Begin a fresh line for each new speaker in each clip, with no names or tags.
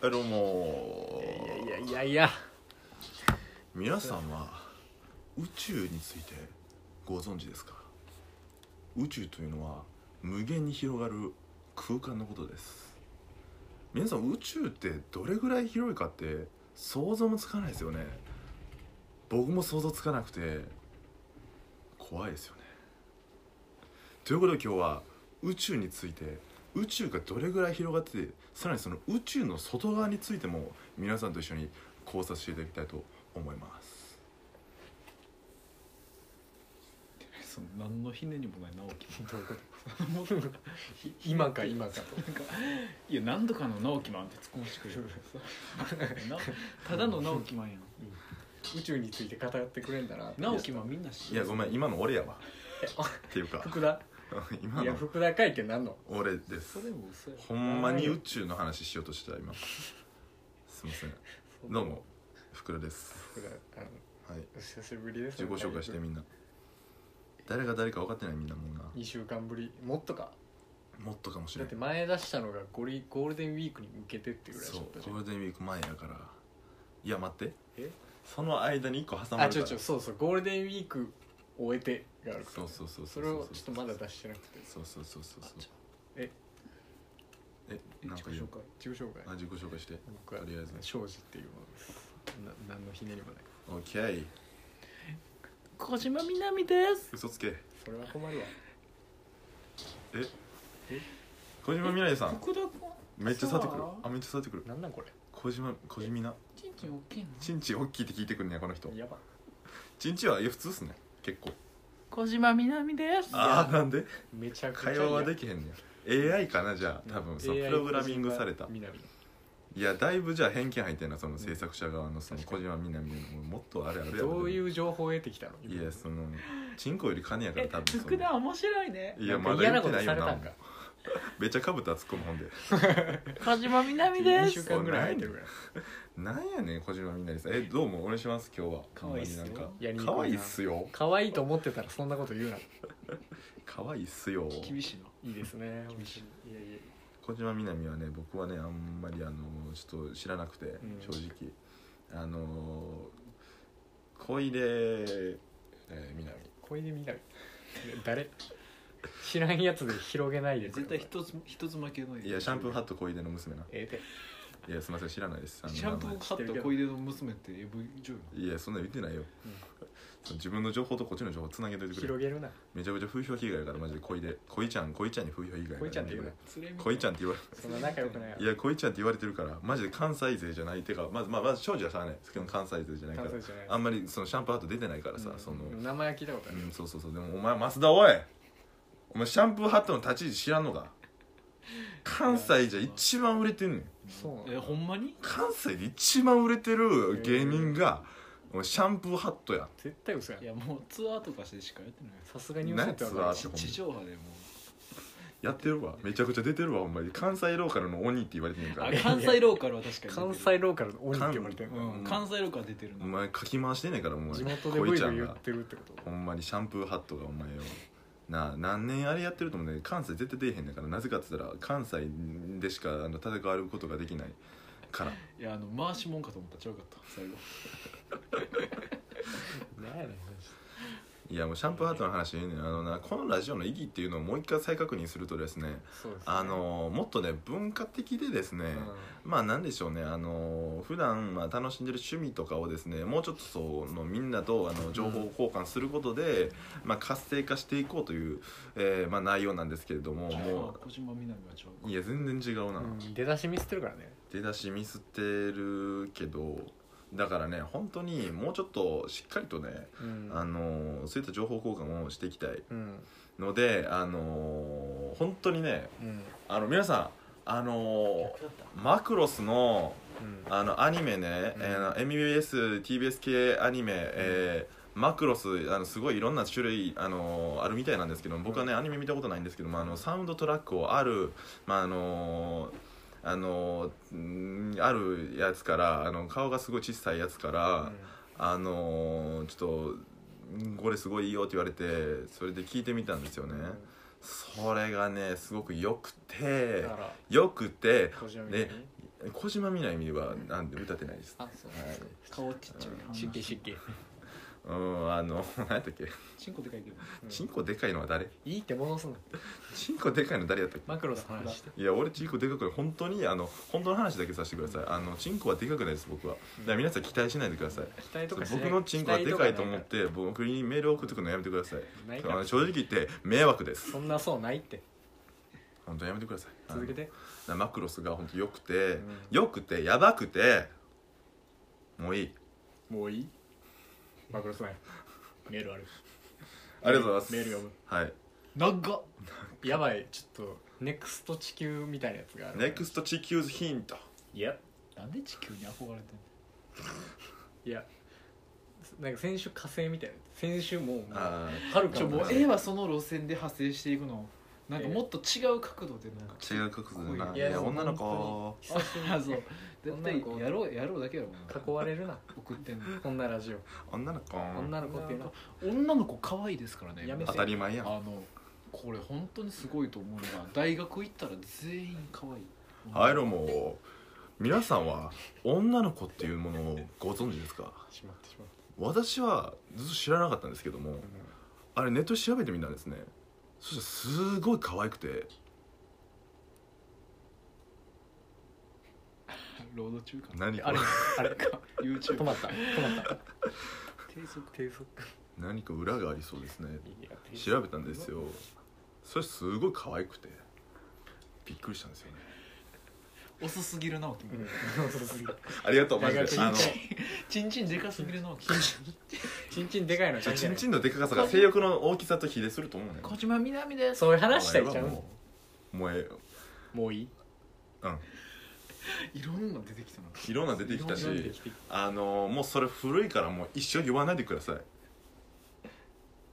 はいどうも
いやいやいや
皆さんは宇宙についてご存知ですか宇宙というのは無限に広がる空間のことです皆さん宇宙ってどれぐらい広いかって想像もつかないですよね僕も想像つかなくて怖いですよねということで今日は宇宙について宇宙がどれぐらい広がっててさらにその宇宙の外側についても皆さんと一緒に考察していただきたいと思います
その何のひねりもない直樹
どういうこと今か今か
いや何度かの直樹マンって突っ込ましてくれる なただの直樹マンやん
宇宙について語ってくれんだな
直樹マンみんな知
い
る
やごめん今の俺やわ
あ
っていうか
福田
今
いや
の
福田会見なんの
俺です
それも嘘や
ほんまに宇宙の話しようとしてた今すいませんどうも福田です
福田あの
はい
久しぶりです
自己紹介してみんな誰が誰か分かってないみんなもうな
2週間ぶりもっとか
もっとかもしれ
だっ
ない
て前出したのがゴリゴールデンウィークに向けてっていうぐらいだ
そ
った
う
じゃ
ゴー
ん
ルデンウィーク前やからいや待って
え
その間に1個挟ま
あ
るか
ちょ
ら
ちょそうそうゴールデンウィーク終えてがあるか
そ
ら
うそうそう
それをちょっとまだ出してなくて
そうそうそうそうそう
え
えなんか言
自
う
己紹介
自己紹介
あ自己紹介して
僕は
とりあえず
庄司っていうものですな何のひねりもない
OK
小島みなみです
嘘つけ
それは困るわ
え小島みなみさん
福田君
めっちゃ触ってくる
さあ
あめっちゃ触ってくる
なんなんこれ
小島小島みな
ちんちん大きいの
ちんちん大きいって聞いてくるねこの人
やば
ちんちんはいや普通っすね結構
小島みなみです
ああなんで
めちゃくちゃ
会
嫌
話はできへんねや AI かなじゃあ多分その
AI
プログラミングされた
南の
いやだいぶじゃあ偏見入ってんなその制作者側のその小島みなみのもっとあれあれやろ
どういうう情報を得てきたの
いやそのチンコより金やから多分その
面白いね
いや
な
ま
んか
だ言
嫌な
っ
こ
て
と
ない
さ
よ
れたん
な
か
めっちゃかぶったら突っ込むほんで
小島みなみ
2週間ぐらい入ってるから
なんやねん小島みなりさんえどうもお願いします今日は
可愛いっす
ほ
よ
んま
や
になん
りにくい
か
な
可愛いっすよ
可愛いと思ってたらそんなこと言うな
可愛いっすよ
厳しいない
いですね
厳しいいやいや
小島みなみはね僕はねあんまりあのちょっと知らなくて、
ん
正直あの小出、えー、みなみ
小出みなみ誰知らんやつで広げないでくれ
絶対一つ一つ負けない
いやシャンプーハット小出の娘な
ええで
いやすみません知らないですあの
シャンプ
名
ー
前
ハット小出の娘ってエブ女
い
優
やそんな言ってないよ、その自分の情報とこっちの情報つなげといてくれ
広げるな
めちゃくちゃ風評被害やからマジで恋で恋ちゃん恋ちゃんに風評被害やから
恋ちゃんって言うな
連れみたい
恋ちゃんって言われ
そんな仲良くないやろ
いや恋ちゃんって言われてるからマジで関西勢じゃないてかまずまあまず庄司は知らないですけど関西勢じゃないから
関西じゃない
あんまりそのシャンプーハット出てないからさ、
うん
そのう
名前は聞いたことある
んそうそうそうでもお前増田おいお前シャンプーハットの立ち位置知らんのか関西じゃ一番売れてんねん
そうなの
えほんまに
関西で一番売れてる芸人がお前シャンプーハットや
絶対嘘やん
いやもうツアーとかしてしかやってない
さすがに嘘ってわか
何
る
つ
し
ほんま
地上波でも
やってるわめちゃくちゃ出てるわお前関西ローカルの鬼って言われてるか
あ
ら
関西ローカルは確かに
関西ローカルの鬼って呼ばれてる
関
うん関西ローカル出てる
お
な
前かき回してんねえからお前
地元でブイ
ちゃ
ブイ
ん
言
が
ってるってこと
ほんまにシャンプーハットがお前よなあ何年あれやってると思うね関西絶対出えへんねんからなぜかって言ったら関西でしかあの戦われることができないから
いやあの回しもんかと思ったらちゃうかった最後
何やねん
いやもうシャンプーハットの話言うねんあのなこのラジオの意義っていうのをもう一回再確認するとですね
そうですね
あのもっとね文化的でですね、まあなんでしょうねあの普段まあ楽しんでる趣味とかをですねもうちょっとそのみんなとあの情報交換することで、まあ活性化していこうという、えーまあ内容なんですけれどもも
小島みなみはちゃう
ういや全然違うな、
うん出だしミスってるからね
出だしミスってるけどだからね本当にもうちょっとしっかりとね、
うん
あのそういった情報交換をしていきたい
うん
のであの本当にね
うん
あの皆さんあのマクロスの
うん
あのアニメね、
うん
えーあの MBSTBS 系アニメ、えーマクロスあのすごいいろんな種類、あのーあるみたいなんですけど僕はねアニメ見たことないんですけどもあのサウンドトラックをある、まああのーあのーんあるやつからあの顔がすごい小さいやつから、あのーちょっとうんこれすごいいいよって言われてそれで聞いてみたんですよね、それがねすごくよくて
だから
よくて
小島みたいに
ね小島みなみはなんで歌ってないです
あそう
はい
顔ちっちゃいな
湿気湿気
うんあの 何やったっけ
チンコでかいけど
チンコでかいのは誰
いいって戻すの
チンコでかいの誰やったっけ
マクロスの話して
いや俺チンコでかくない本当にあの本当の話だけさせてくださいあのチンコはでかくないです僕はだから皆さん期待しないでください
期待とかしない
僕のチンコはでかいと思って僕にメールを送ってくるのやめてください
ないか
あ
ら
の正直言って迷惑です
そんなそうないって
本当やめてください
続けて
あのマクロスが本当良くて
ん
良くてやばくてもういい
もういいマクロスないメールある
ありがとうございます
メール読む
はい
長っ
やばいちょっとネクスト地球みたいなやつがある
ネクスト地球ズヒント
いや
なんで地球に憧れてんの
いやなんか先週火星みたいな先週もう
あー
はるか
ちょもう
も
絵はその路線で派生していくのなんかもっと違う角度でなんか
違う角度だないい
や
や女の子
久しぶり
あそう 絶対やろうやろうだけだもん
に囲われるな
送ってんの
こんなラジオ
女の子
女の子っていうのは
女の子可愛いですからね
やめ
当たり前やん
あのこれ本当にすごいと思うのが大学行ったら全員可愛い
はいどうも皆さんは女の子っていうものをご存知ですか
しまってしまっ
私はずっと知らなかったんですけどもあれネットで調べてみたんですねそしたらすごい可愛くて
ロード中かな
何
たあ
か
れあれ
YouTube
止まった止まった
低速
低速
何か裏がありそうですね
いや低速
調べたんですよそれすごい可愛くてびっくりしたんですよね
遅すぎる直樹
う
も
ん遅すぎる
ありがとうマ
大
ジで
学
あの
行って
チンチンでかすぎる直樹
チンチンでかいの
じゃあチンチ
ン
ンのでかさが性欲の大きさと比例すると思うね
小島みなみです
そういう話したいちゃう
もうもうえ
もういい
えうん
いろんな出てきたない
ろんな出てきたし
読んできて
あのもうそれ古いからもう一生言わないでください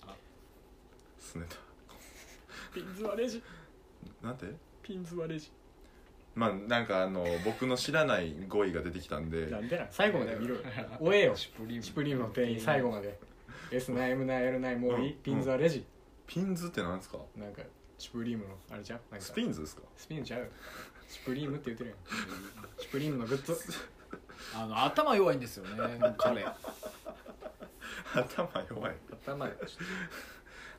あ
すねた
ピンズワレジ
なんて
ピンズワレジ
まあなんかあの僕の知らない語彙が出てきたんで
なんでなん最後まで見 ろよ追えよ
シュプリーム
シュプリームの店員最後まで S な M な L な M もういい
うん
ピンズワレジ
ピンズってなんですか
なんかシュプリームのあれじゃんなんか
スピンズですか
スピンちゃうシュプリームって言ってるやんシュプリームのグッズ
あの頭弱いんですよね彼
頭弱い
頭で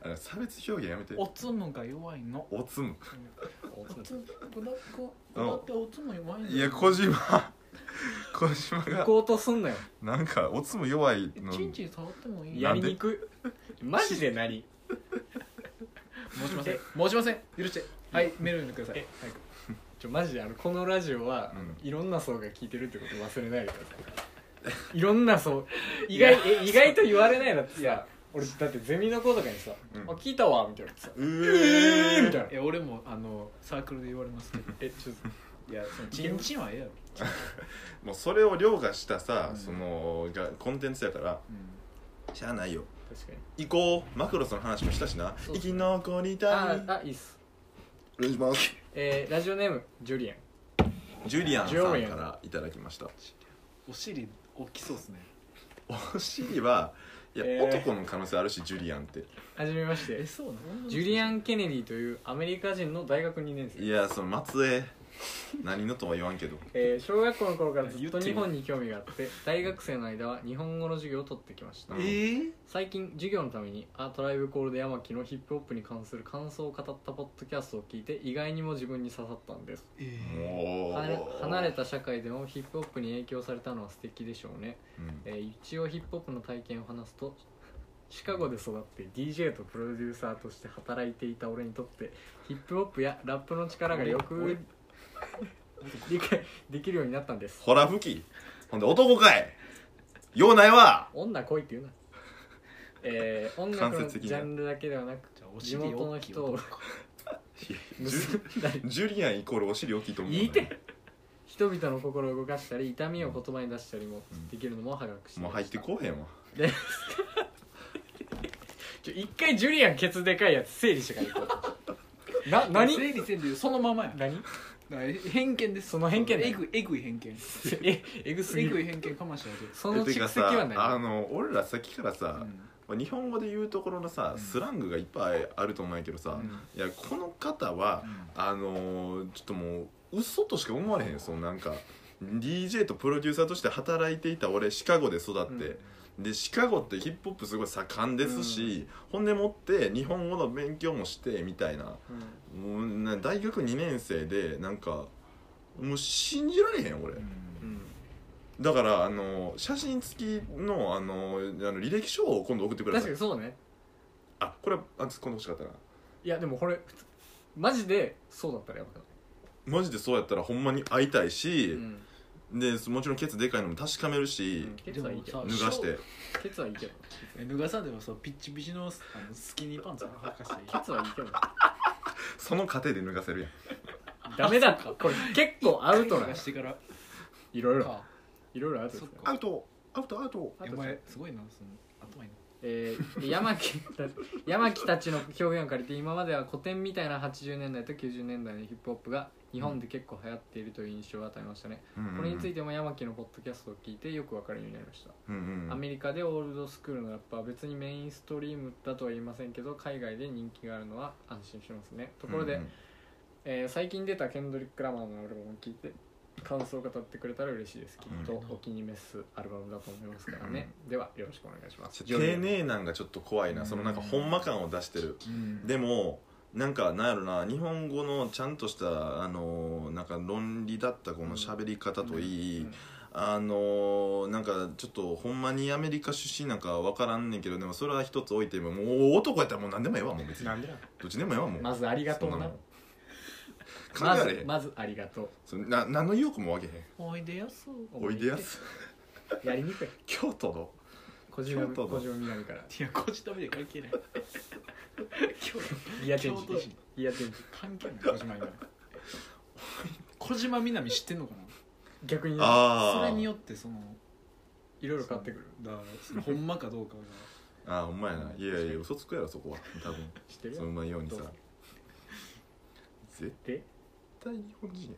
あの差別表現やめて
おつむが弱いの
おつむ
おつむだこだっておつむ弱いんだよ
いや小島小島
行
が
こうとすんなよ
なんかおつむ弱いの
チンチン触ってもいい
やりにくい マジで何
申しません申しません許してはいメール読んでください
えちょマジであのこのラジオは、
う
いろんな層が聞いてるってこと忘れないでくださいいろんな層意外え意外と言われないだってさ俺だってゼミの子とかにさ「
うん
あ聞いたわ」みたいなさ「
う
えー」みたいない
や俺もあのサークルで言われますけど
えちょっと
いやそのチンチンはええやろ、
もうそれを凌駕したさ、
うん
そのがコンテンツやからしゃあないよ
確かに
行こうマクロスの話もしたしな
そう
生き残りたい
ああいいっす
お願いします
えー、ラジオネームジュリアン
ジュリアンさん
ジュリアン
からいただきました
お尻大きそうですね
お尻はいや、
えー
男の可能性あるしジュリアンって
はじめまして
えそうなの
ジュリア
ン
ン・ケネディというアメリカ人の大学2年生
いやその松江何のとは言わんけど
えー小学校の頃からずっ
言っ
と
てる
日本に興味があって大学生の間は日本語の授業を取ってきました
え
えー、
最近授業のために「アトライブコールで山木のヒップホップに関する感想を語ったポッドキャストを聞いて意外にも自分に刺さったんです
えー、
も
は
う
離れた社会でもヒップホップに影響されたのは素敵でしょうね、
うん
えー一応ヒップホップの体験を話すとシカゴで育って DJ とプロデューサーとして働いていた俺にとってヒップホップやラップの力がよ
俺
く 理解できるようになったんです
ほら吹きほんで男かいようないわ
女来いって言うな、えー、音楽のジャンルだけではな く
じゃあお
地
尻
元の
大きい
人を
男
いやジ
結
ュ
んだり
ジュリアンイコールお尻大きいと思う、
いいって人々の心を動かしたり痛みを言葉に出したりもできるのも早くして
もう入ってこうへんわ
でちょ一回ジュリアンケツでかいやつ整理してから行こうな何
整理整理そのままや
何
だから偏見です
その偏見だ
えぐいえぐい偏見
ええぐす
え
ぎ
ぐ
る
い偏見かましれない
その
て
蓄
か
積
さ
はない
あの俺らさっきからさ、
う
まあ、日本語で言うところのさ、
うん
スラングがいっぱいあると思うんやけどさ、いやこの方はあのーちょっともう嘘としか思われへんよそのなんか DJ とプロデューサーとして働いていた俺シカゴで育って、でシカゴってヒップホップすごい盛んですし、ほんでもって日本語の勉強もしてみたいな
うん
もうな大学2年生でなんかもう信じられへん俺
うん
だからあのー写真付きのあのーあの履歴書を今度送って
う
く
ん、
ださ
確か
い
にそうね
あこれはあ今度欲しかったない
やでもこれ普通マジでそうだったらやばかっ
マジでそうやったらほんまに会いたい
た、
し、
うん
でそもちろんケツでかいのも確かめる
う
し
ん、、ケツはいいけど
でも
脱がして
ケツはいいけど
脱がさんでもそうピッチピチのあのスキニーパンツ履かしていい
ケツはいいけど
その過程で脱がせるやん
ダメだったこれ結構アウト な
脱がしてから
いろいろ
か
いろいろアウトです
そっ
か
から
アウトアウトアウト
あ
い
と
やお前すごいなその頭いい
えー、山木た山木たちの表現を借りて今までは古典みたいな80年代と90年代のヒップホップが日本で結構流行っているという印象を与えましたね、これについ
て
ても山木のポッドキャストを聞いてよくわかるようになりました、
うんうん
アメリカでオールドスクールのラッパーは別にメインストリームだとは言いませんけど海外で人気があるのは安心しますねところで、
うん
えー最近出たケンドリック・ラマーのアルバムを聞いて感想を語ってくれたら嬉しいですきっとお気に召すアルバムだと思いますからね、ではよろしくお願いします
ちょ丁寧なんがちょっと怖いな、
うん
そのなんかほんま感を出してる、
うん
でもなんかなんやろな日本語のちゃんとしたあのーなんか論理だったこの喋り方といい、
うん
あのーなんかちょっとほんまにアメリカ出身なんかわからんねんけどでもそれは一つ置いてももう男やったらもう何でもええわもう別に
なんでな
どっちでもええわもう
まずありがとう
そんな
な
もん考
ま
えられへ
ず
ん
まずありがとう
そんな何の意欲もわけへん
おいでやそう
おいでや す
やりにくい
京都の
小島
京都の
小島南から
いやこっち食べて関係 ない京
ギアチェン
京都
ジ
人
ギアチェンジ
関係ない小島みなみ小島みなみ知ってんのか
逆にね
な
あ
そ
あ
れによってその
いろいろ買ってくる
だからそのほんまかどうかが
ああほんまやないやいや嘘つくやろそこは多分
知ってる
そ
よ
のうまいようにさ
どうぞ
絶
で
対日本人や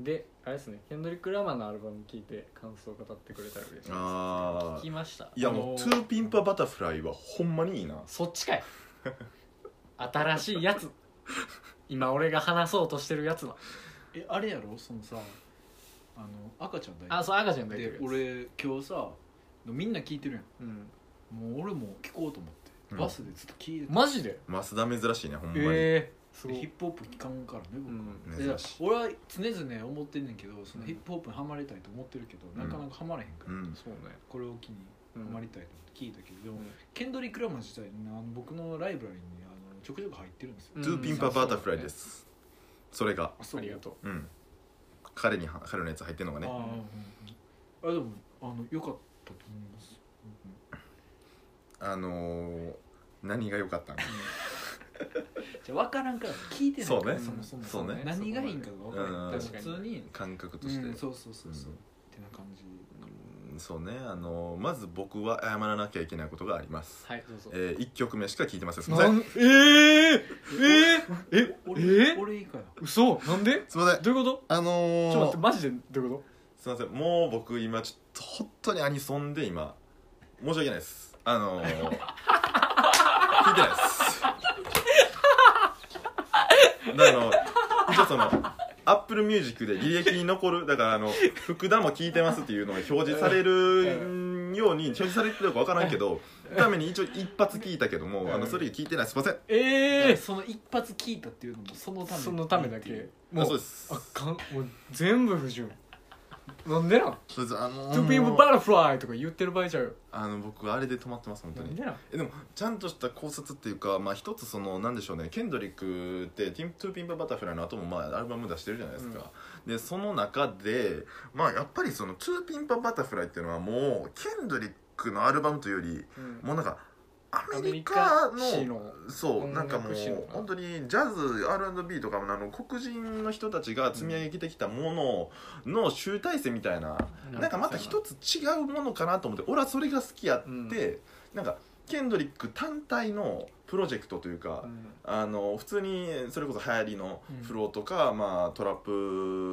であれですねケンドリック・ラマーのアルバム聞いて感想を語ってくれたら嬉しいです
あ
聞きました
いや
あの
もう「トゥーピンパバタフライ」はほんまにいいな
そっちかい新しいやつ今俺が話そうとしてるやつだ
えあれやろそのさあの赤ちゃんだよ
あそう赤ちゃんがいて
で
るやつ
俺今日さみんな聞いてるや
うん
んもう俺も聞こうと
う
思って、
ん
バスでずっと聞いてた、
マジで
増田珍しいねほんまに、
ええすご
でヒッ
い
プホップ聞かんからね僕、
うん
で
珍しい
俺は常々思ってんねんけどその
うん
ヒップホップにハマりたいと思ってるけど、
ん
なかなかハマれへんから、
うん
そうね
これを機に
うん
ハマりたいと思って聞いたけど、で
う
も
ん
ケンドリック・ラマー自体ねあの僕のライブラリーにあのちょくちょく入ってるんです
「
よ、
トゥーピンパバタフライ」ですすそれが
あそう
ありがと
うん彼には彼のやつ入ってんのが
あー、
ね
うんうんあでもあのよかったと思います、うん
あのー何が良かったん
じゃあ分からんから聞いてないから
そうね
そもそも
そうね
何がいいんかが分からん
うん
普通に
感覚として、
うんそうそうそうそう、
うん
ってな感じ
うんそうねあのまず僕は謝らなきゃいけないことがあります、
うはいどうぞ
えー、1曲目しか聞いてませんすいま
な
せん
んえー、えー、え
俺、
えー、
俺以下や
嘘なんです
いません
どういうこと
あの
ち
ー、
ょっと待ってマジでどういうこ
すいませんもう僕今ちょっと本当にアニソンで今申し訳ないですあのー、聞いてないですあの一応そのアップルミュージックで履歴に残るだからあの福田も聞いてますっていうのが表示されるように表示されてるかわからんけどために一応一発聞いたけどもあのそれ以外聞いてないすいません
とえ
えその一発聞いたっていうのもそのため
そのためだ
ってい
け
う
あそうです
あかんもう全部不純なんでなん
そうですあのー
「To be a butterfly」とか言ってる場合ちゃうよ
あの僕あれで止まってます本当
なん
に
でなん
えでもちゃんとした考察っていうかまあ一つそのなんでしょうねケンドリックって「ティントゥーピンパバタフライ」の後もまあアルバム出してるじゃないですか、でその中でまあやっぱりその「トゥーピンパバタフライ」っていうのはもうケンドリックのアルバムというより
うん
もうなんかアメリカ
アメリカ史
の
の
そう
音楽
なんかもう
史のな
本当にジャズ R&B とかもあの黒人の人たちが積み上げてきたものの集大成みたいななんかまた一つ違うものかなと思って俺はそれが好きやって、
うん
なんかケンドリック単体のプロジェクトというか、
うん
あの普通にそれこそ流行りのフローとか、まあ、トラッ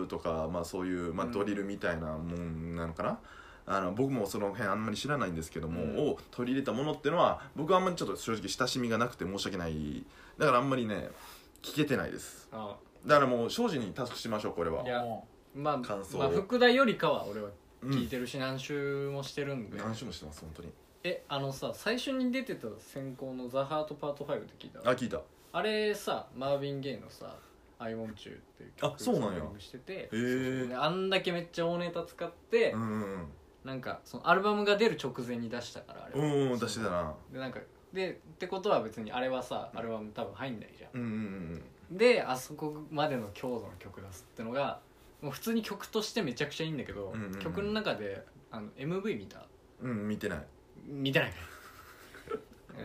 プとか、まあ、そういう、まあ、
うん
ドリルみたいなもんなのかな、あの僕もその辺あんまり知らないんですけども、
うん
を取り入れたものってのは僕はあんまりちょっと正直親しみがなくて申し訳ないだからあんまりね聞けてないです
あ
だからもう庄司にタスクしましょうこれはい
やまあ
感想を
まあ福田よりかは俺は
うん
聞いてるし、何周もしてるんで
何周もしてます本当に
えあのさ最初に出てた先行の「ザ・ハートパート5」って聞いた
あ聞いたへ
あれさマーヴィン・ゲイのさ「I want you」っていう
あ
曲
そうなんや
サンプリングしてて
え
であんだけめっちゃ大ネタ使って、
うんうん
なんかそのアルバムが出る直前に出したからあれ
う
は
んうん出してたな
でなんかでってことは別にあれはさアルバム多分入んないじゃん、
うんうんうん
であそこまでの強度の曲出すってのがもう普通に曲としてめちゃくちゃいいんだけど、
うんうんうん
曲の中であの MV 見た
うんうん見てない
見てない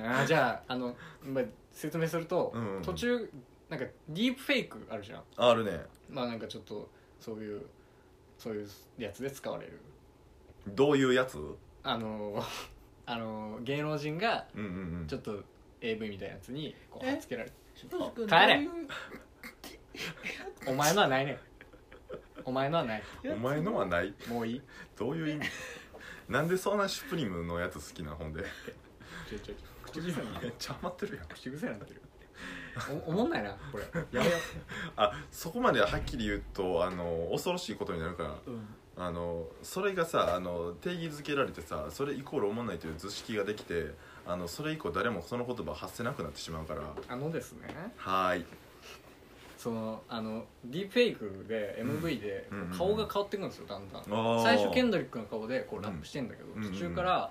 あーじゃああの、まあ、説明すると、
うんうん
途中なんかディープフェイクあるじゃん
ああるね
まあなんかちょっとそういうそういうやつで使われる
どういうやつうん
あの ーあのー芸能人が
うんうん
ちょっと AV みたいなやつにこう
え
貼っつけられて
帰
帰
れ
れお前のはないねんお前のはない
お前のはない
もういい
どういう意味なんでそんなシュプリムのやつ好きな本で
ちょちょちょ口癖なんだ
めっちゃハマってるやん
口癖になってるおおもんないなこれやめよ
あそこまではっきり言うとあの恐ろしいことになるから
うん
あのそれがさあの定義づけられてさそれイコール思わないという図式ができてあのそれ以降誰もその言葉を発せなくなってしまうから
あのですね
はーい
そのあのディープフェイクで MV で
うんうんうん
顔が変わってくるんですよだんだん
あ
最初ケン
度
ドリックの顔でこうラップしてんだけど、
うん
途中から、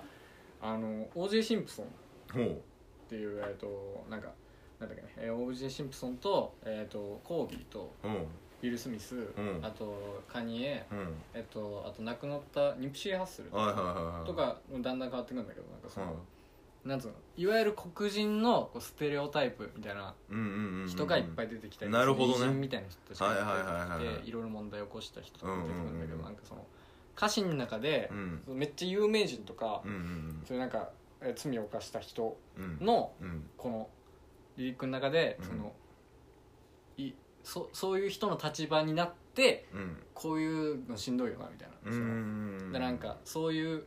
あの OJ シンプソンっ
ほ
ていうえっ、となんかなんだっけね、えー、OJ シンプソンと,、えー、とコーギーと
ううん
ウィル・スミス、
ん
あとカニエ、
うん
えっとあと亡くなったニプシー・ハッスル
はいはいはいはい
とかだんだん変わってくるんだけどなんかその、
う
なんつうのいわゆる黒人のこうステレオタイプみたいなん
うんうんうんうん
人がいっぱい出てきたり、
なるほどね
偉人みたいな人たちがいっぱい出
はいはいはい
て
はい
き
は
て
い
いろいろ問題を起こした人とか出てくるんだけど、
うんうんうん
なんかその歌詞の中で
う、ん
めっちゃ有名人とか、
うんうん
そういうなんかえー罪を犯した人
うんうん
の
うん
このリリックの中で、
うん
そのいそそういう人の立場になって
うん
こういうのしんどいよなみたいな。
うんう
その
ん
でなんかそういう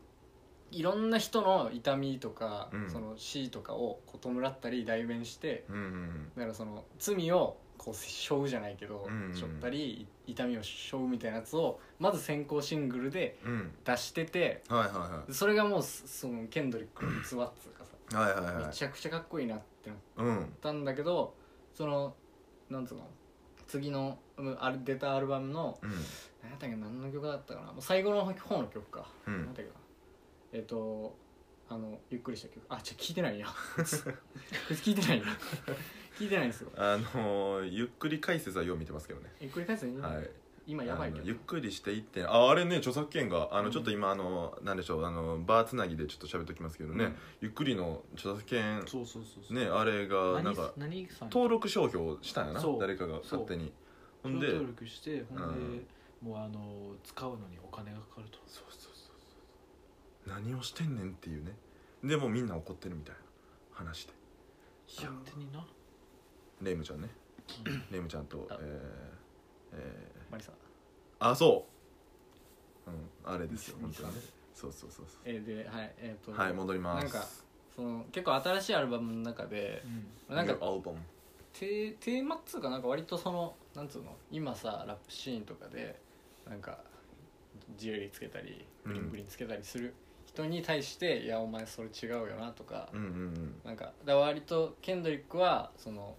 いろんな人の痛みとか、
うん
その死とかをこう弔ったり代弁して
うんうん
だからその罪をこう背負うじゃないけど、
うん
背負ったりい痛みを背負うみたいなやつをまず先行シングルで
うん
出してて
はいはいはい
それがもうすそのケンドリックの器っつうかさ
はいはいは
め
い
ちゃくちゃかっこいいなってなっ
うん
たんだけどそのなんつうの次のうんあれ出たアルバムの
うん
何やったっけ何の曲だったかなもう最後の方の曲か、
うん
何だっけなえっ、とあのゆっくりした曲あちょ聞いてな いや聞いてないや聞いてないんですよ
あのー、ゆっくり解説はよう見てますけどね、
ゆっくり返すね、
はい
今やばいけ
あ
ど
のゆっくりしていってああれね著作権があの、
うん
ちょっと今あのなんでしょうあのバーつなぎでちょっと喋っときますけどね、
うん
ゆっくりの著作権
そうそうそうそう
ねあれがなん
何
か
何さん
登録商標したんやな
そう
誰かが勝手にほんで
登録してほんで、
うん
もうあの使うのにお金がかかると
そうそうそうそう何をしてんねんっていうねでもみんな怒ってるみたいな話で
勝手にな
レイムち ゃんね
うん
レイムちゃんとえ
あ
ー、えー
マリさん
あそううんあれですよ
ミ
本
ス
当にねそうそうそうそ
えーではいえっ、と、
うはい戻ります
なんかその結構新しいアルバムの中でな
なんん
か
かアルバム
テテーマっつうかなんか割とそのなんつうの今さラップシーンとかでなんかジュエリーつけたり
うん
ブリンブリンつけたりする人に対して、いやお前それ違うよなとか、
うんうんうん
なんかだから割とケンドリックはその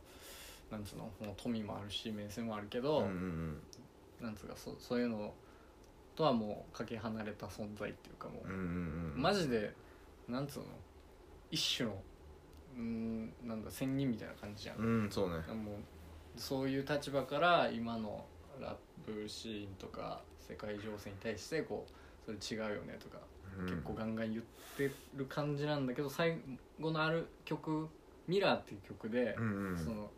なんつうのもう富もあるし名声もあるけど、
うんうん
なんつうかそうそういうのとはもうかけ離れた存在っていうかも
うんう
う、
んうんうん
マジでなんつうの一種のうーんなんだ仙人みたいな感じじゃん
うんそうね
もうそういう立場から今のラップシーンとか世界情勢に対してこうそれ違うよねとか、結構ガンガン言ってる感じなんだけど最後のある曲「ミラーっていう曲で、
うんうん
その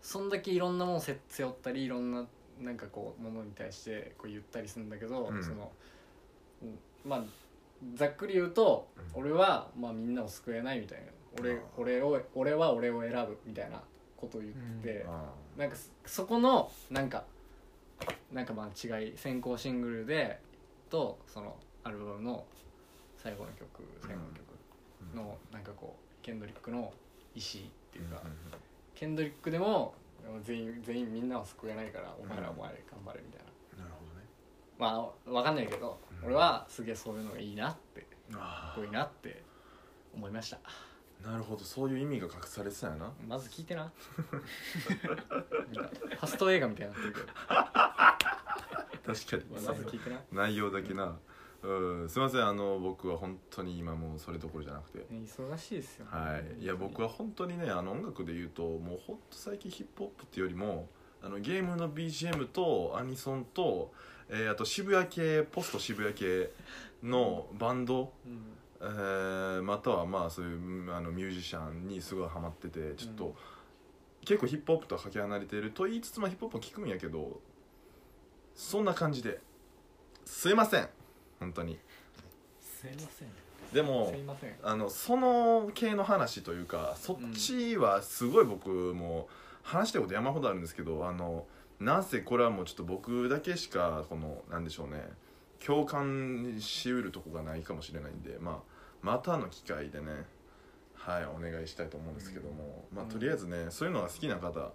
そんだけいろんなものを背背負ったりいろんななんかこうものに対してこう言ったりするんだけど、
うん
そのうんまあざっくり言うと、
うん
俺は、まあ、みんなを救えないみたいな
あ
俺
ー
俺を俺は俺を選ぶみたいなことを言ってて、
あ
なんかそそこのなんかなんかまあ違い先行シングルでとそのアルバムの最後の曲最後の曲
うん
のなんかこうケンドリックの意思っていうか、
んんん
ケンドリックでも全員全員みんなを救えないからお前らお前ら頑張れみたいな、
なるほどね
まあわかんないけど、
うん
俺はすげえそういうのがいいなってかっ
あ
こいいなって思いました
あなるほどそういう意味が隠されてたよな
まず聞いてななんかファスト映画みたいになってるけど
確かに
まず聞いてな
内容だけなうんすいませんあの僕は本当に今もうそれどころじゃなくて
ね忙しいですよね
はいいや僕は本当にねあの音楽で言うともうほんと最近ヒップホップっていうよりもあのゲームの BGM とアニソンと、えーあと渋谷系ポスト渋谷系のバンド、
うん
えーまたはまあそういううんあのミュージシャンにすごいハマっててちょっと、
うん
結構ヒップホップとはかけ離れていると言いつつまあヒップホップも聞くんやけどそんな感じですいません本当に
すいません
でも
すいません
あのその系の話というかそっちはすごい僕も話したいこと山ほどあるんですけどあのなんせこれはもうちょっと僕だけしかこのなんでしょうね共感しうるとこがないかもしれないんで、まあ、またの機会でねはいお願いしたいと思うんですけども、まあ、
うん
とりあえずねそういうのが好きな方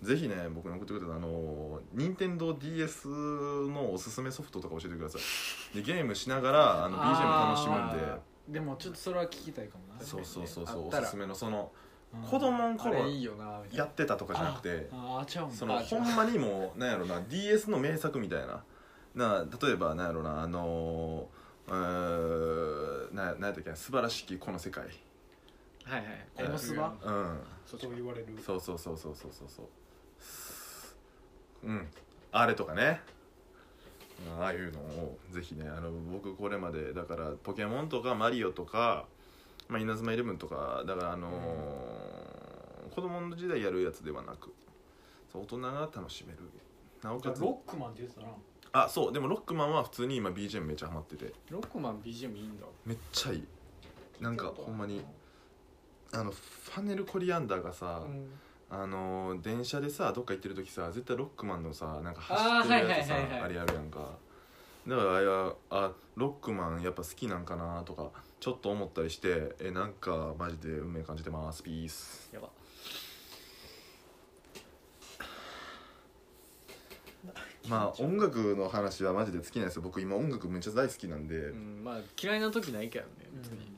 ぜひね僕に送ってくださいあの任天堂 d s のおすすめソフトとか教えてくださいでゲームしながらあの BGM 楽しむんで
あーでもちょっとそれは聞きたいかもな
そうそうそう
あ
そう
っ
お
たら
すすめのその
うん
子供の
こ
頃
れいいよなみたい
や
な
ってたとかじゃなくて
ああちゃうんだ
その
あ違
ほ
うん
まにもうなんやろな DS の名作みたいなな例えばなんやろなあのーうーんななんやったっけな素晴らしきこの世界
はいはい
この
スバ
うん
そっち
そう
か
言われる
そうそうそうそうそうそうそううんあれとかねああいうのをぜひねあの僕これまでだから「ポケモン」とか「マリオ」とか「まあ、稲妻イレブン」とかだからあのー子供の時代やるやつではなくそう大人が楽しめるなおかつ
ロックマンって言ってたな
あそうでもロックマンは普通に今 BGM めっちゃハマってて
ロックマン BGM いいんだ
めっちゃいいなんかほんまにあのファネル・コリアンダーがさ、
うん
あのー電車でさどっか行ってる時さ絶対ロックマンのさなんか
あー
走ってるやつさ
はいはいはいはい
あれやるやんかだからあれはあロックマンやっぱ好きなんかなとかちょっと思ったりしてえなんかマジで運命感じてますピース
やば
まあ音楽の話はマジで尽きないですよ僕今音楽めっちゃ大好きなんで、
う
い
んまあ嫌いな時ないけどね別に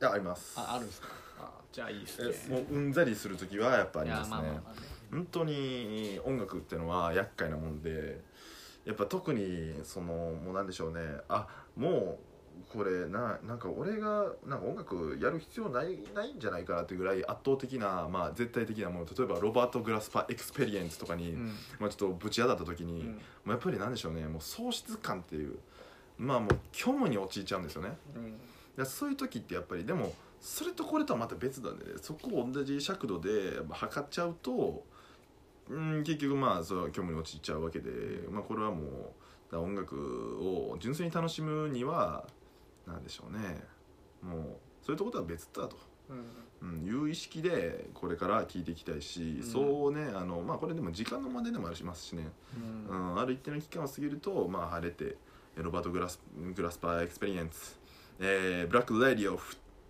やあります
ああるんすかあじゃあいいっすね
えもううんざりする時はやっぱあ
い
りま
や
すね
まあまあまあね
本当に音楽ってのは厄介なもんでやっぱ特にそのもうなんでしょうねあもうこれななんか俺がなんか音楽やる必要ないないんじゃないかなってぐらい圧倒的な、まあ、絶対的なもの例えばロバート・グラスパエクスペリエンスとかに、
うん
まあ、ちょっとぶち当たった時に、
う
も
ん
うやっぱりなんでしょうねもう喪失感っていうまあもう虚無に陥っちゃうんですよね。
うん
だからそういう時ってやっぱりでもそれとこれとはまた別なんでねそこを同じ尺度でやっぱ測っちゃうとうん結局まあその虚無に陥っちゃうわけで、まあ、これはもうだから音楽を純粋に楽しむにはなんでしょうねもうそういうとことは別だと。
うん
うん、いう意識でこれから聞いていきたいし、
うん
そうねあのまあこれでも時間の問題でもありますしね、
うん
うん、ある一定の期間を過ぎると、まあ、晴れてえロバートグラス・グラスパーエクスペリエンス、えーブラック・レディオ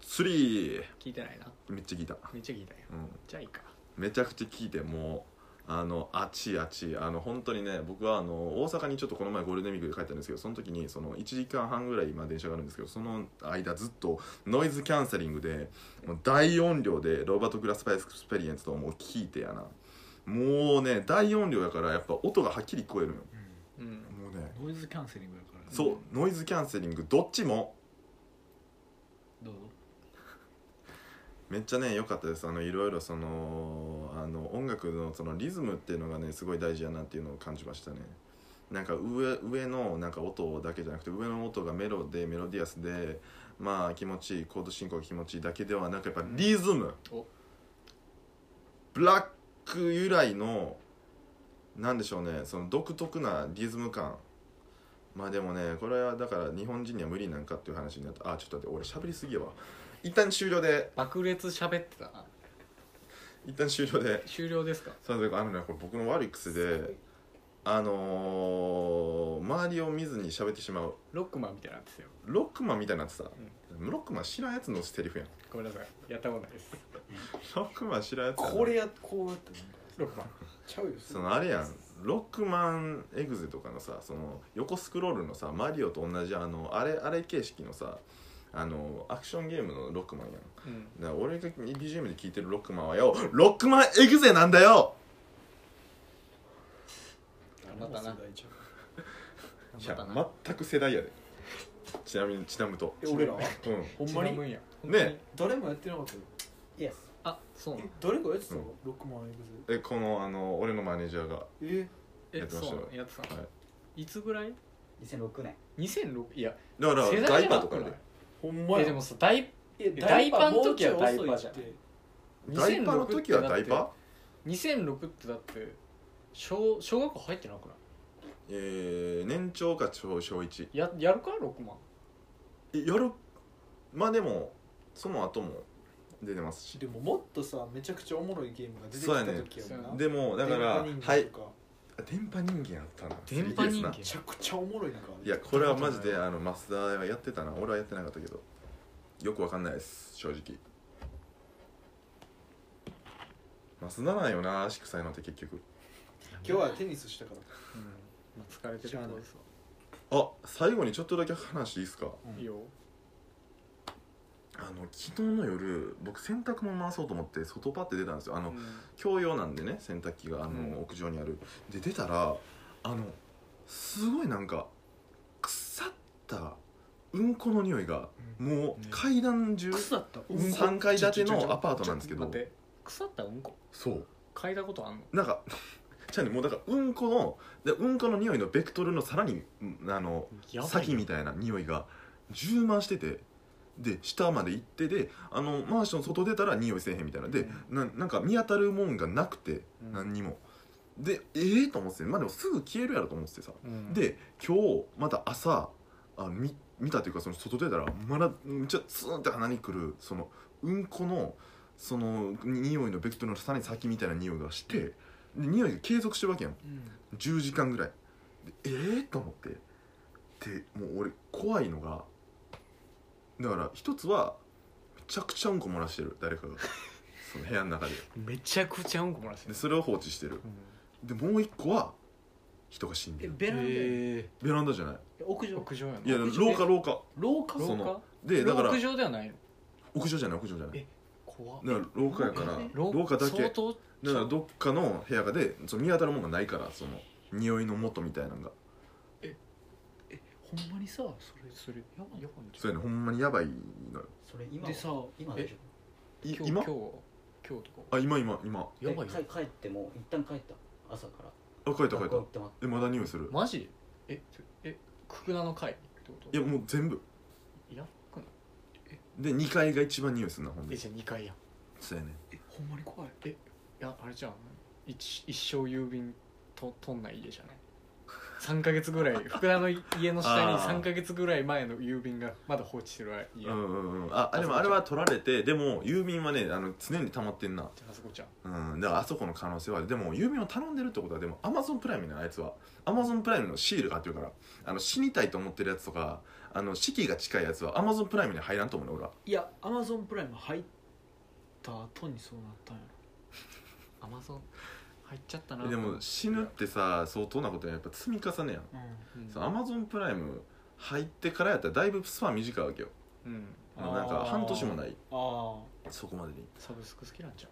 3
聞いてないな
めっちゃ聞いた、
めっちゃ聞いたよ
うん、
じゃあいいか
めちゃくちゃ聞いてもうあのあちあちあの本当にね僕はあの大阪にちょっとこの前ゴールデンウィークで帰ったんですけどその時にその1時間半ぐらい今電車があるんですけどその間ずっとノイズキャンセリングでもう大音量でロバート・グラスパイエクスペリエンスともう聞いてやなもうね大音量やからやっぱ音がはっきり聞こえるんよ
うん
もうね
ノイズキャンセリングやから
そう、ノイズキャンセリングどっちも
どうぞ
めっちゃね良かったですあのいろいろそのあの音楽のそのリズムっていうのがねすごい大事やなっていうのを感じましたねなんか上上のなんか音だけじゃなくて上の音がメロでメロディアスでまあ気持ちいいコード進行が気持ちいいだけではなくやっぱリズム、
お
ブラック由来のなんでしょうねその独特なリズム感まあでもねこれはだから日本人には無理なんかっていう話になったあちょっと待って俺喋りすぎやわ一旦終了で
爆裂喋ってたな
一旦終了で
終了ですか
そうだからあのねこれ僕の悪い癖であのー、周りを見ずに喋ってしまう
ロックマンみたいなんですよ
ロックマンみたいになってた、ロックマン知らんやつのセリフやん
ごめんなさいやったことないです
ロックマン知らんやつやな
これやこうやって
ロ
なんか
ックマン
ちゃうよ
そのあれやんロックマンエグゼとかのさその横スクロールのさマリオと同じあのあれあれ形式のさあのアクションゲームのロックマンやん
うん
だから俺が BGM で聴いてるロックマンはよロックマンエグゼなんだよ
またな
ちゃう
い
頑張
や
ったな
全く世代やでちなみにちなむと
え俺ら
うん
ほんま
違う
に
もんや
ね
誰もやってなかったよイエス
あそうなの
誰かやってたの
うん
ロックマンエグ
えこのあの俺のマネージャーが
ゼえ
や
え
ってました
そ
よ
うなのやってたの
はい
つぐらい
2006年
?2006 いや
だから
世
ダ
代
イ
じゃ
パー
な
と
く
か
な
や
い
で
ほんま
え
や
でもさ大
え
ダイパの時は
ダイパ
ダイパ
もう
じ
ち
ゃ
ょい遅
ん
いって
ダイパーの時はダイパー
2006ってだって小小学校入ってなくな
えー、年長か小小1
いややるかロックマン
えやるまあでもその後も出てますし
でももっとさめちゃくちゃおもろいゲームが出てき
そうやね
た時やもんな
でもだから
電波人
は
間
い
とか
電波人間やったな
電波
3DS
人
な
間
めちゃくちゃおもろいなんか
いやこれはマジであの増田はやってたな俺はやってなかったけどよくわかんないです正直増田なんよな足臭いのって結局
今日はテニスしたから
うんまあ疲れてることですわ
あ最後にちょっとだけ話いいですか
知らない
いいよ
あの昨日の夜僕洗濯物回そうと思って外パって出たんですよあの
うん
共用なんでね洗濯機があの、
うん
屋上にあるで出たらあのすごいなんか腐ったうんこの匂いがもう
ね
階段中、
腐った
んこ
3階建てのアパートなんですけ
待
ど
って腐ったうんこ
そう
嗅いだことあんの
なんかじゃあねもうだからうんこのでうんこの匂いのベクトルのさらにうんあの
やばいよ
先みたいな匂いが充満しててで下まで行ってであのマンション外出たら匂いせえへんみたいなで、ななんか見当たるもんがなくて、
うん
何にもでええと思ってまあでもすぐ消えるやろと思っててさ、
うん
で今日また朝あ見見たというかその外出たらまだめっちゃツーンって鼻にくるそのうんこのその匂いのベクトルのさらに先みたいな匂いがしてで匂いが継続してるわけやん10時間ぐらいでええー、と思ってでもう俺怖いのがだから一つはめちゃくちゃうんこ漏らしてる誰か がその部屋の中で
めちゃくちゃうんこ漏らして
で
る
それを放置してるでもう一個は人が死んで
え
る
ベランダやね
ベランダじゃない
え屋上
屋上やない
や
屋上
廊下廊下
廊下
そ
廊
の
下
でだから
屋上ではないの
屋上じゃない屋上じゃない
え怖っ
だから廊下やから
廊
廊下だけ
相
だか
当
らどっかの部屋がでその見当たるもんがないからその匂いの元みたいなのが
ほんまにさそれ
それやばいん
そうやねほんまにやばいのよ
それ今は
でさ
今でしょ
い
今日今
今
日今日とか
あ今今今
え
やばいよ
か帰っても一旦帰った朝から
あ書いた書い
学
た
校行ってま
えまだ匂いする
マジええククナの会ってこと
いやもう全部
やばくない
で2階が一番匂いするなほん
え
で
じゃあ2階やんい
そうやね
えほんまに怖い
やあれじゃん一一生郵便と取んない家じゃない3ヶ月 ぐらい福田の家の下に
あー
3ヶ月ぐらい前の郵便がまだ放置してる
う
家じゃ
んうんうんああでも
あそこじゃ
あ
ん
れは取られてでも郵便はねあの常に溜まってんな
あそこちゃん
うんだからあそこの可能性はあるでも郵便を頼んでるってことはでもアマゾンプライムねあいつはアマゾンプライムのシールがあってるからあの死にたいと思ってるやつとかあの四季が近いやつはアマゾンプライムに入らんと思うね俺はい
やアマゾンプライム入った後にそうなったんや
アマゾン入っちゃったな
えでも死ぬってさ相当なことやんやっぱ積み重ねやん
ろ
うん
アマゾンプライム入ってからやったらだいぶスパン短いわけよ
うん
もうなんか
あー
半年もない
あ
そこまでに
サブスク好きなん じゃん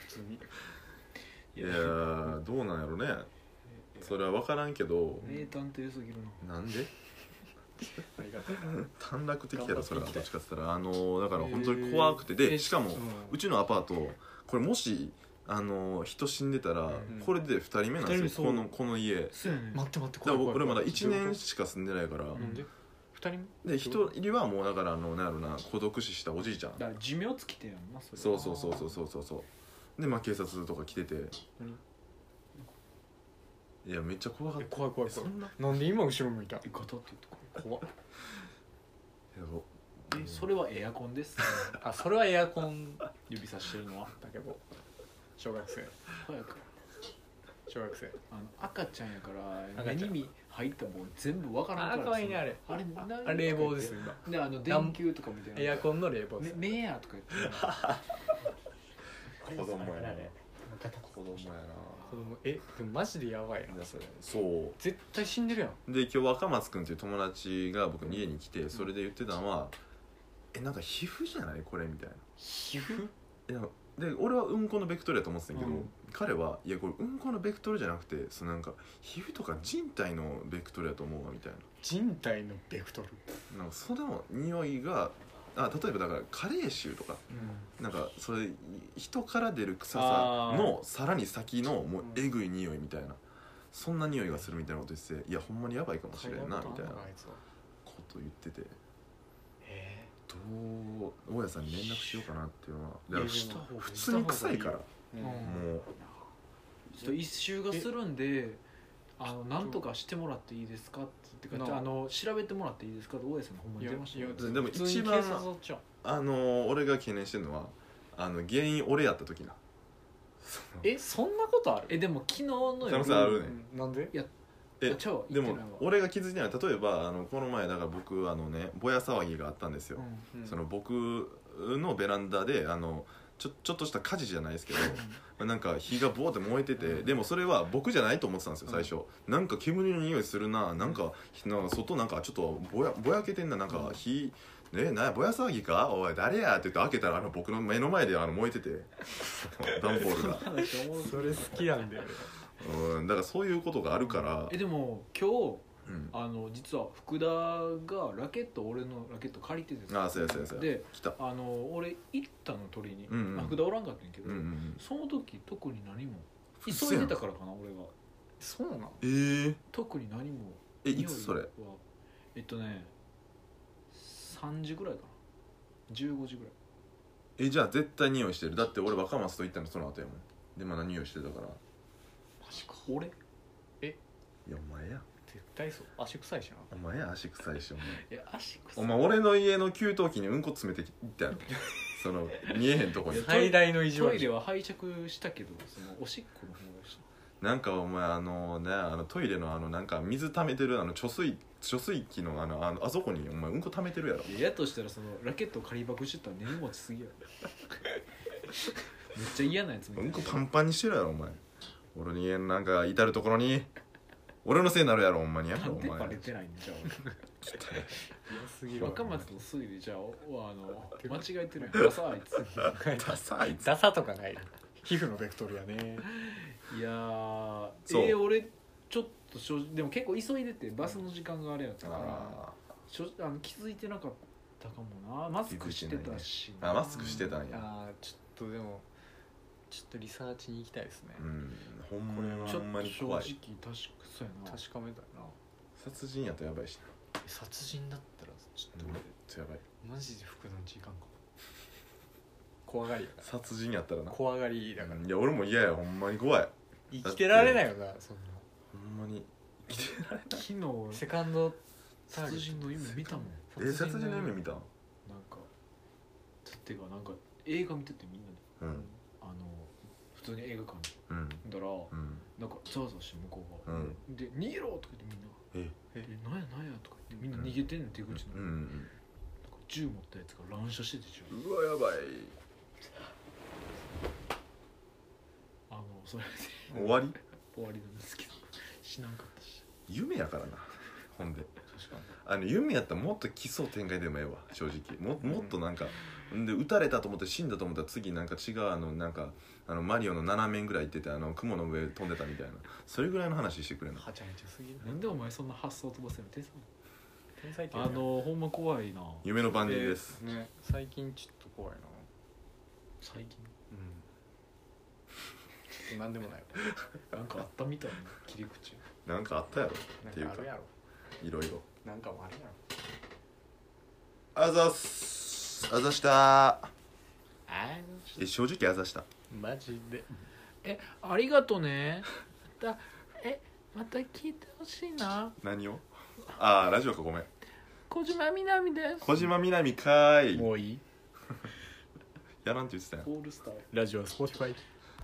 普通に
いやーどうなんやろねそれは分からんけど
あ名探偵すぎるな
なんで
ありがとう
短絡的やろそれは
頑張
ど
っていきた
っ
い
ちかっつったらあのーだから本当に怖くてでしかもう
ち
ちのアパートこれもしあの人死んでたら、
ん
これで2人目なんです
二人
よ
目
こ
そう
のこの家だか
そうやね
待って待って
ら
怖い怖い
僕俺まだ
怖い
1年しか住んでないから、
なんで2人目
で1人はもうだからあのなんやろな孤独死したおじいちゃん
だから寿命尽きてんやんなそれ
そうそうそうそうそうそうそうでまあ警察とか来てて
何
いやめっちゃ怖かっ
え
た
怖い怖い怖
そんない
なんで今後ろ向いた
えガタって言ってこ
怖っ
やば
れえそれはエアコンです
あそれはエアコンだ
指さしてるのは
けど小学生
早く
小学生
あの赤ちゃんやから
赤
目
ちゃん
に見入ったもん全部わからんから
あ可愛いねあれ
あれなん
あ冷房です今
であの電球とかみたい
エ
な
アコンの冷房で
め
す
目やとか言
子
って
供やな
あれあれ
子供や
子供えでもマジでやばいな
なそれそう
絶対死んでるやん
で今日若松君っていう友達が僕の家に来てそれで言ってたのは「えなんか皮膚じゃないこれ」みたいな
皮膚
いやで俺はうんこのベクトルやと思ってたんやけど、
うん
彼はいやこれうんこのベクトルじゃなくてそのなんか皮膚とか人体のベクトルやと思うわみたい
人体のベクトル
ななんかその匂いがあ例えばだから加齢臭とかなんかそれ人から出る臭さのさらに先のもうえぐい匂いみたいなそんな匂いがするみたいなこと言ってていやほんまにやばいかもしれんなみたいな
あいつは
こと言ってて。
え
どう大家さんに連絡しようかなっていうのはだから
いや
し
でも
普通に臭いから
え
うん
もう
ちょっと一周がするんであのなんとかしてもらっていいですかってか
なあ
あの調べてもらっていいですかって大家さんほんまに出ましたよ
いや
でも
普通に
一番
警察おっちゃう
あのー俺が懸念してるのはあの原因俺やった時な
えそんなことある
えでも昨日の
可能性あるね
うんなんで
え
あちゃう
で
言
も
ってないわ
俺が気づいてないのは例えばあのこの前だから僕あのねぼや騒ぎがあったんですよ、
うん
その僕のベランダであのちょちょっとした火事じゃないですけどまあなんか火がボーって燃えてて、
うん
でもそれは僕じゃないと思ってたんですよ最初、なんか煙の匂いするななんかなんか外なんかちょっとぼやぼやけてんななんか火、ねえなぼや騒ぎかおい誰やって言って開けたらあの僕の目の前であの燃え てて段ボールが、
それ好きなんだよ
うん、だからそういうことがあるから
え、でも今日
うん、
あの実は福田がラケット俺のラケット借りてて
ああそうやそうやそうや
で
来た
あの俺行ったの取りに、
うんうん
まあ福田おらんかったんやけど、
うんうんうん
その時特に何も急
嘘
い
やん
でたからかな俺が
そうなの
えー、
特に何も
えいつそれ
匂いはえっとね3時ぐらいかな15時ぐらい
えじゃあ絶対匂いしてるだって俺若松と行ったのその後やもんでまだ匂いしてたからい
マジか俺
やお前や
絶対そう足臭いしな
お前や足臭いしお 前
いや足臭
お
い
前俺の家の給湯器にうんこ詰めてきたやろその見えへんとこに
最大の異常
トイレは拝借したけどそのおしっこの方がした
なんかお前あのねあのトイレのあのなんか水溜めてるあの貯水貯水器のあのあのあそこにお前うんこ溜めてるやろ
いややとしたらそのラケットを借りばくしてたら根に持ちすぎやろ めっちゃ嫌なやつみた
う
いな
こ
ん
パンパンにしてるやろお前俺の家のなんか至る所に俺のせいになるやろほんまにや
な
ろ
ん
お
で
前
バレてないんじゃあ
す
俺
ぎ
若松とスイでじゃあお あの間違えてるやんさあいつ
ダサい
ダサとかない皮膚のベクトルやね
いやー
そう
えー俺ちょっと正直でも結構急いでてバスの時間があれやったから
あ
しょあの気づいてなかったかもなマスクしてたし
ーあマスクしてたんや
あーちょっとでもちょっとリサーチに行きたいですね、
うんほん
これ
ま
は
に
ち
ほ
ょっ
んま
と
に
正直
怖
確
い
かそうやな
確かめたいな
殺人やとやばいし
え殺人だったらちょ
な
っと
めっ
俺、
ちゃやばい
マジで服の時間かも怖がりやか
殺人やったら
ら
な
怖がりだから、
いや俺も嫌やほんまに怖い
生きてられないよなそんな
ほんまに
昨日
セカンド
殺人の夢見たもん
え殺人の夢見た
なんかつってかなんか映画見ててみんなで
うん
あの普通に映画館に
うん
行ったら
うん
なんかざわざわして向こう
う
が、
ん
で「逃げろ!」とか言ってみんなが
え
「えなんやなんや」とか言ってみんな逃げてんねん手口の、
う
なんか
ん
銃持ったやつが乱射してて銃
うわやばい
あのそれで
終わり
終わりなんですけど死なんかったし
夢やからなほんで
確か
あの夢やったらもっと奇想天外でもええわ正直ももっとなんかんで撃たれたと思って死んだと思ったら次なんか違うあのなんかあのマリオの斜面ぐらい行っててあの雲の上飛んでたみたいなそれぐらいの話してくれな
はちゃめちゃすぎる
なんでお前そんな発想飛ばせるの天才
天才的
あのほんま怖いな
夢の番人です
ね最近ちょっと怖いな
最近
うん何でもないわ
なんかあったみたいな切り口
なんかあったやろっていう
なん
か
かあるやろ
いろいろ
なんかもあるやろ
あざっすあざした
あ
え正直あざした
マジで
えありがとねまたえまた聞いてほしいな
何をああラジオかごめん
小島みなみで
小島みなみかーい
もういい
やらんって言ってたやん
オールスター
ラジオスポーツファイ